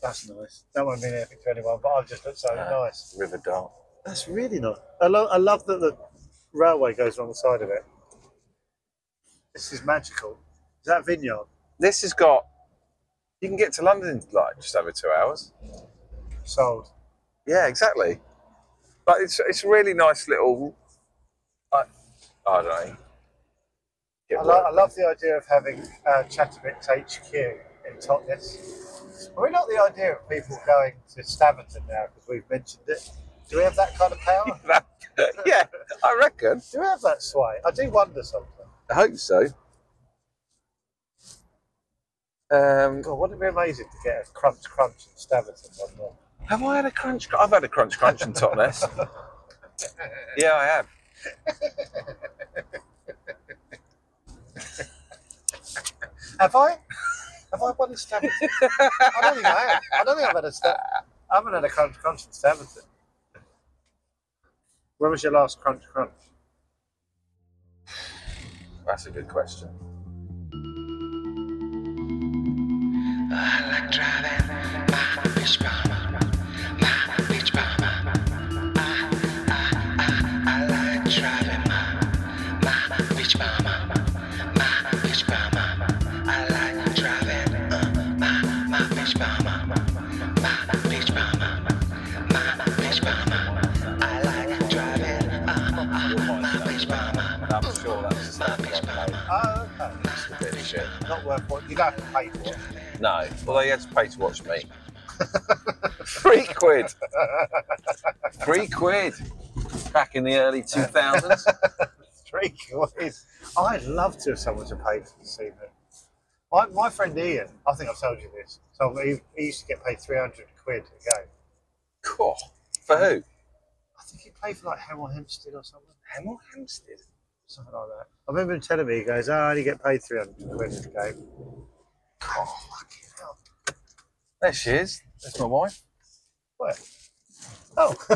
G: That's nice. That won't mean anything to anyone, but I've just looked so
C: Yeah.
G: nice.
C: River Dart.
G: That's really nice. I, lo- I love that the railway goes along the side of it. This is magical. Is that vineyard?
C: This has got. You can get to London in, like just over two hours.
G: Sold.
C: Yeah, exactly. But it's it's a really nice little. I, I don't know. Get
G: I,
C: work.
G: lo- I love the idea of having uh, Chatterbox HQ in Totnes. Are we not the idea of people going to Staverton now because we've mentioned it? Do we have that kind of power?
C: Uh, yeah, I reckon.
G: do we have that sway? I do wonder something.
C: I hope so. Um,
G: God, wouldn't it be amazing to get a crunch crunch in Staverton one more?
C: have I had a crunch? I've had a crunch crunch in Totnes. yeah, I have.
G: Have I? Have I won in Staverton? I don't think I have. I don't think I've had a sta- I haven't had a crunch crunch in Staverton. When was your last crunch crunch?
C: That's a good question. I'm sure that's the second one.
G: Oh, okay.
C: It's a bit of shit.
G: Not worth what you don't have to pay for it.
C: No, well they had to pay to watch me. Three quid. Three quid. Back in the early 2000s.
G: Three quid. I'd love to have someone to pay to see that. My, my friend Ian, I think I've told you this. So he, he used to get paid three hundred quid a game.
C: cool. For who?
G: I think he played for like Hemel Hempstead or something.
C: Hemel Hempstead.
G: Something like that. I remember him telling me, he goes, "Ah, you get paid 300 quid a game. Oh, fucking hell.
C: There she is. That's my wife.
G: Where? Oh.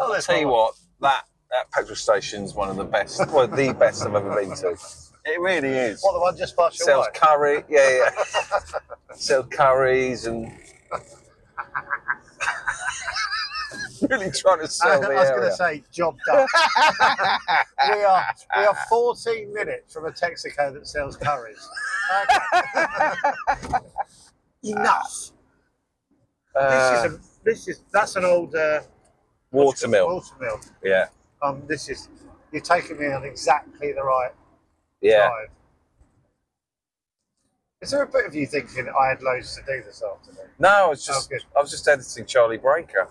G: oh,
C: I'll tell you what, that, that petrol station's one of the best, well, the best I've ever been to. It really is.
G: What, the one just past your
C: sells
G: wife?
C: curry. Yeah, yeah. sells curries and. really trying to
G: I,
C: sell the
G: was going
C: area.
G: to say, job done. we are we are 14 minutes from a Texaco that sells curries. Okay. Enough.
C: Uh,
G: this is a, this is that's an old uh,
C: watermill.
G: watermill.
C: Yeah,
G: Um, this is you're taking me on exactly the right
C: yeah.
G: drive. Is there a bit of you thinking I had loads to do this afternoon?
C: No, I was just
G: Oh, good.
C: I was just editing Charlie Breaker.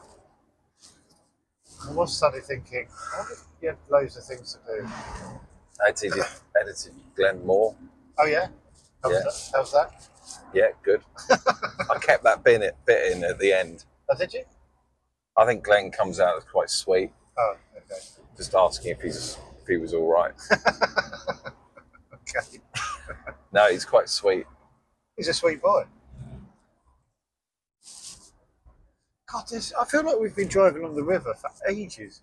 G: I was suddenly thinking, I wonder if you had loads of things to do.
C: I edited edited Glenn Moore.
G: Oh yeah, how's
C: Yeah.
G: that? How's that?
C: Yeah, good. I kept that bit in, bit in at the end.
G: Oh, did you?
C: I think Glenn comes out as quite sweet,
G: Oh, okay.
C: just asking if he's if he was all right.
G: Okay.
C: No, he's quite sweet.
G: He's a sweet boy. God, this, I feel like we've been driving along the river for ages.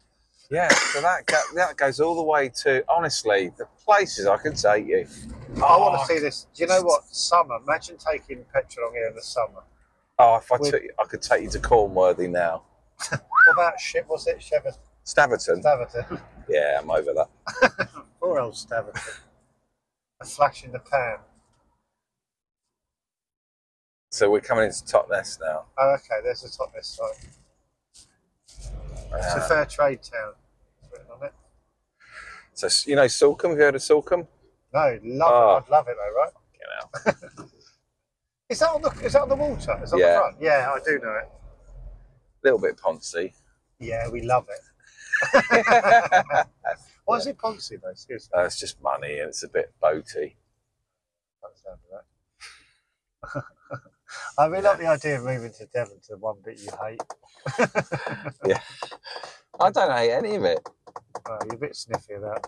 C: Yeah, so that go, that goes all the way to honestly the places I could take you. Oh,
G: I want to see this. Do you know what? Summer. Imagine taking petrol on here in the summer.
C: Oh, if I
G: With-
C: took you, I could take you to Cornworthy now.
G: What about shit? Was it Shepherd
C: Staverton.
G: Staverton?
C: Yeah, I'm over that.
G: Poor old Staverton. A flash in the pan.
C: So we're coming into Totnes now.
G: Oh, okay. There's the top this side. It's a
C: Uh,
G: fair trade town. It's written on it.
C: so s- you know Sulcombe. Have you heard of Sulcombe?
G: No, love
C: Oh.
G: it. I'd love it though, right?
C: You know.
G: Is that on the is that on the water? Is that on
C: Yeah.
G: the front? Yeah, I do know it.
C: little bit poncy.
G: Yeah, we love it.
C: uh,
G: Why is it Ponzi though? Seriously,
C: it's just money and it's a bit boaty.
G: that sound right. I really like the idea of moving to Devon to the one bit you hate.
C: I don't hate any of it.
G: Oh, you're a bit sniffy about.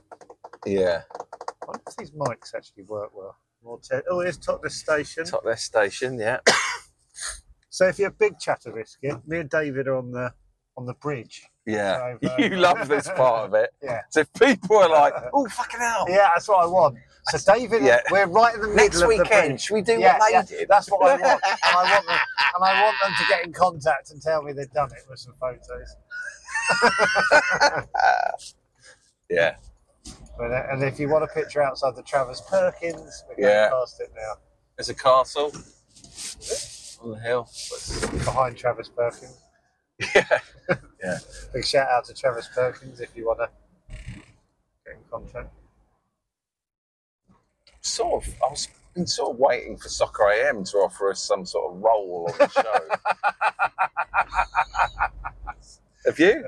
G: it.
C: Yeah.
G: I wonder if these mics actually work well. More te- oh, here's Totnes Station.
C: Totnes Station. Yeah.
G: So if you're a big chatter biscuit, me and David are on the on the bridge.
C: Yeah.
G: So, uh,
C: You love this part of it.
G: Yeah.
C: So if people are like, "Oh fucking hell."
G: Yeah, that's what I want. So David,
C: Yeah.
G: we're right in the middle
C: Next
G: of the
C: weekend,
G: bridge.
C: should we do
G: Yeah,
C: what they
G: yeah,
C: did?
G: That's what I want. And I want them, and I want them to get in contact and tell me they've done it with some photos.
C: Yeah.
G: But, uh, and if you want a picture outside the Travers Perkins, we're going
C: Yeah.
G: past it now,
C: There's a castle on the hill.
G: behind Travers Perkins.
C: Yeah.
G: Big shout out to Travers Perkins if you want to get in contact.
C: Sort of. I was been sort of waiting for Soccer AM to offer us some sort of role on the show. Have you?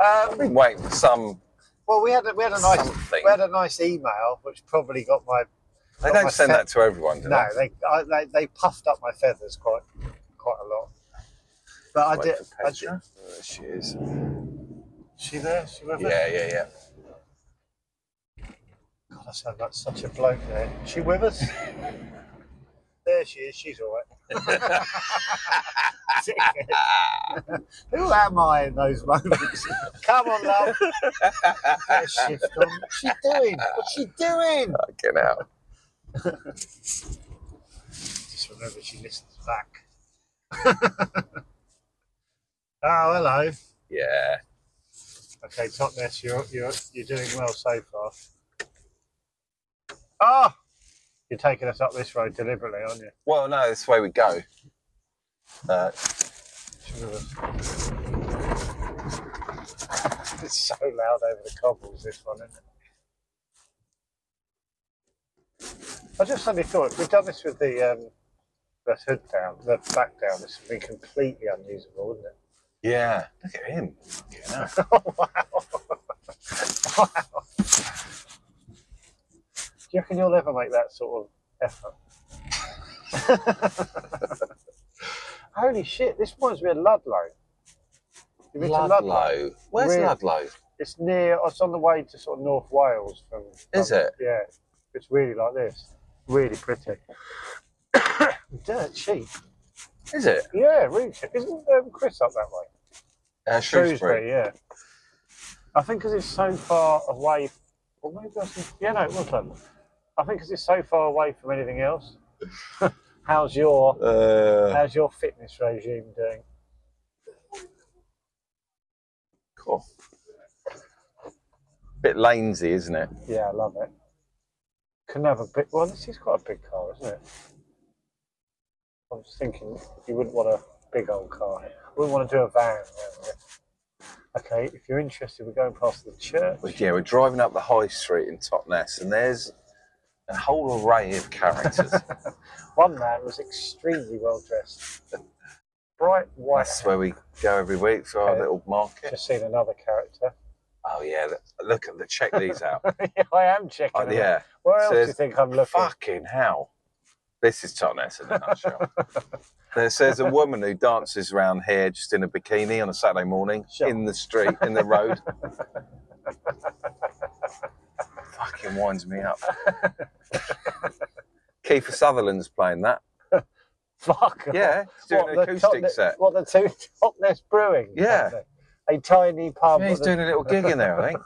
C: I've
G: Um,
C: been waiting for some.
G: well, we had a, we had a nice
C: Something.
G: we had a nice email which probably got my
C: They
G: got
C: don't
G: my
C: send
G: fe-
C: that to everyone, do
G: No, they, I, they they puffed up my feathers quite quite a lot. But I
C: they?
G: did.
C: Wait for
G: I did.
C: Petra. There she is.
G: She there? She with us?
C: Yeah, yeah, yeah.
G: God, I sound like such a bloke there. She with us? there she is. She's all right. ticket. Who am I in those moments? Come on, love. Get a shift on. What's she doing? What's she doing?
C: Fucking hell.
G: Just remember, she listens back. oh, hello.
C: Yeah.
G: Okay, Totnes, you're you're you're doing well so far. Ah, you're taking us up this road deliberately, aren't you?
C: Well, no, this way we go. Uh,
G: Sure. It's so loud over the cobbles, this one, isn't it? I just suddenly thought, we've done this with the, um, the hood down, the back down, this would be completely unusable, wouldn't it?
C: yeah. Look at him. Fucking hell.
G: Oh, wow. wow. Do you reckon you'll ever make that sort of effort? Holy shit, this reminds me of Ludlow. You've been to
C: Ludlow. Where's
G: Really?
C: Ludlow?
G: It's near. It's on the way to sort of North Wales from.
C: Is
G: from-
C: it?
G: Yeah. It's really like this. Really pretty. Dirt cheap.
C: Is it?
G: Yeah, really cheap. Isn't um, Chris up that way?
C: Uh, Shrewsbury.
G: yeah. I think because it's so far away. Or maybe I was, yeah, no, it was London. I think because it's so far away from anything else. how's your
C: Uh,
G: How's your fitness regime doing?
C: cool. Bit lanesy, isn't it?
G: Yeah, I love it. Couldn't have a big. Well, this is quite a big car, isn't it? I was thinking you wouldn't want a big old car. Wouldn't want to do a van. would you? Okay, if you're interested, we're going past the church.
C: Well, yeah, we're driving up the high street in Totnes, and there's a whole array of characters.
G: One man was extremely well dressed, bright white.
C: That's where we go every week for our
G: Okay.
C: little market.
G: Just seen another character.
C: Oh yeah, look- look at the check these out.
G: yeah, I am checking.
C: Oh,
G: it.
C: yeah,
G: Where else do you
C: Says-
G: think I'm looking?
C: fucking hell. This is Totnes in a nutshell. There says a woman who dances around here just in a bikini on a Saturday morning
G: Sure.
C: in the street, in the road. Fucking winds me up. Kiefer Sutherland's playing that.
G: Fuck.
C: Yeah, he's doing
G: What,
C: an
G: the
C: acoustic
G: Totnes-
C: set.
G: What the two Totnes Brewing?
C: Yeah.
G: company? A tiny pub.
C: Yeah, he's
G: with a-
C: doing a little gig in there, I think.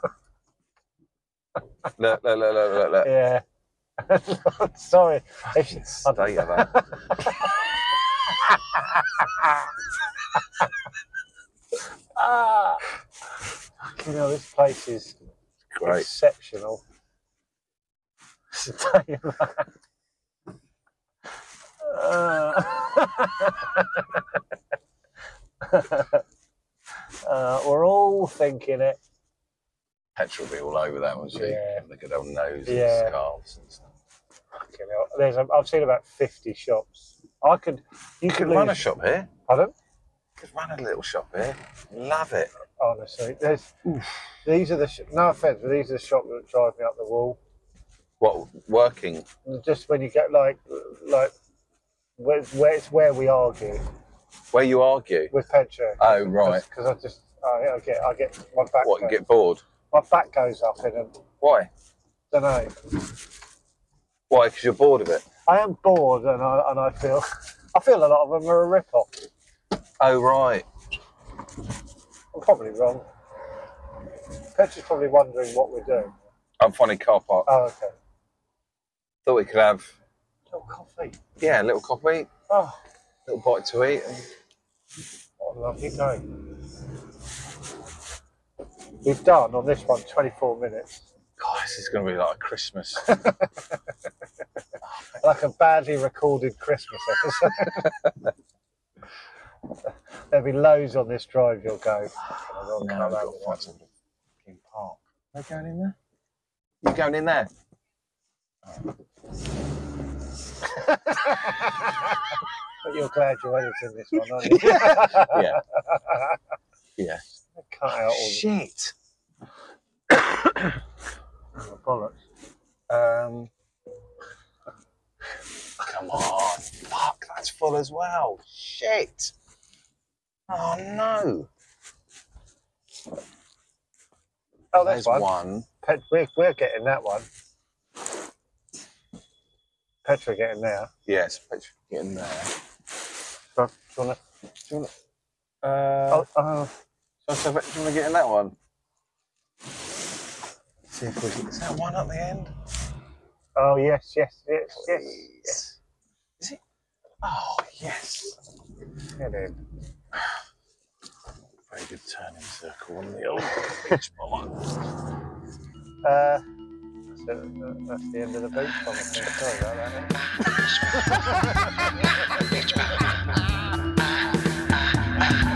C: look, look, look, look, look, look.
G: Yeah. Sorry. If she-
C: State of that.
G: ah, you know, this place is
C: Great.
G: exceptional. Stay alive. Uh, uh, we're all thinking it.
C: Petrol will be all over that, won't she?
G: Yeah.
C: The good old nose
G: Yeah.
C: and scarves and stuff.
G: Fucking hell. There's, a- I've seen about 50 shops. I could, you
C: You could
G: could
C: run a
G: lose-
C: shop here.
G: Pardon?
C: You could run a little shop here. Love it.
G: Honestly, there's, these are the sh- no offense, but these are the shops that drive me up the wall.
C: What working?
G: Mm. Just when you get like, like, where, where it's where we argue
C: Where you argue?
G: with Petra.
C: Oh right.
G: Because I just, I, I get, I get my back.
C: What you
G: goes-
C: get bored?
G: My back goes up in them.
C: Why?
G: Don't know.
C: Why? Because you're bored of it.
G: I am bored, and I and I feel, I feel a lot of them are a rip off.
C: Oh right.
G: I'm probably wrong. Petra's probably wondering what we're doing.
C: I'm finding car park.
G: Oh, okay.
C: Thought we could have
G: Little coffee.
C: yeah, a little coffee,
G: Oh,
C: little bite to eat. and-
G: What a lovely day. We've done on this one 24 minutes.
C: God, this is going to be like a Christmas.
G: Like a badly recorded Christmas episode. There'll be loads on this drive you'll go. "Fucking hell,
C: Oh,
G: we'll
C: no,
G: come
C: we've
G: out
C: got
G: with
C: to find
G: that."
C: some fucking park. Are they going in there? You going in there?
G: But you're glad you're editing this one, aren't you?
C: Yeah. yeah.
G: Cut out all the
C: Shit.
G: little bollocks.
C: Um, come on. Fuck, that's full as well. Shit. Oh no.
G: Oh, there's one.
C: one.
G: Pet, we're, we're getting that one. Petra getting there.
C: Yes, but get in there.
G: Do you want to
C: Uh,
G: Oh, oh,
C: so I said, do you want to get in that one? See if we can. Is that one at the end?
G: oh, yes, yes, yes, yes.
C: Yes. Is it? Oh, yes.
G: Get in.
C: Very good turning circle on the old beach ball.
G: Uh, that's, it, that's the end of the beach bomb. I think. Sorry about that.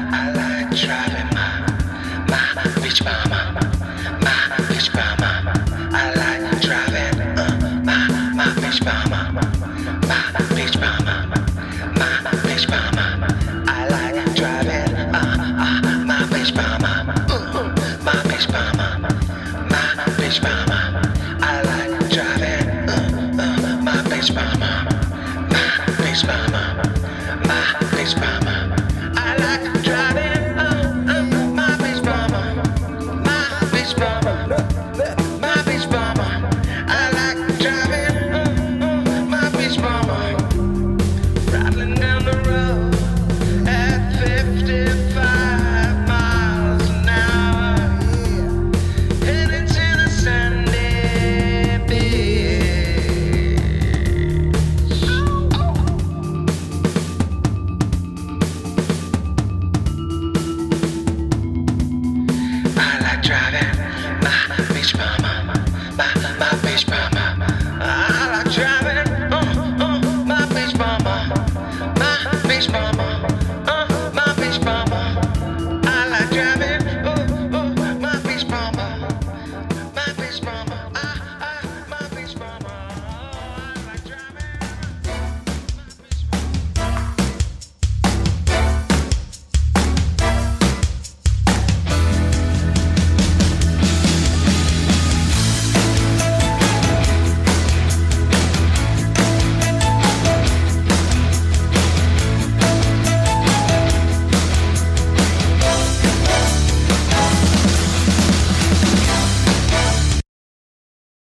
H: I like driving my, my, my bitch mama. uh, uh, uh,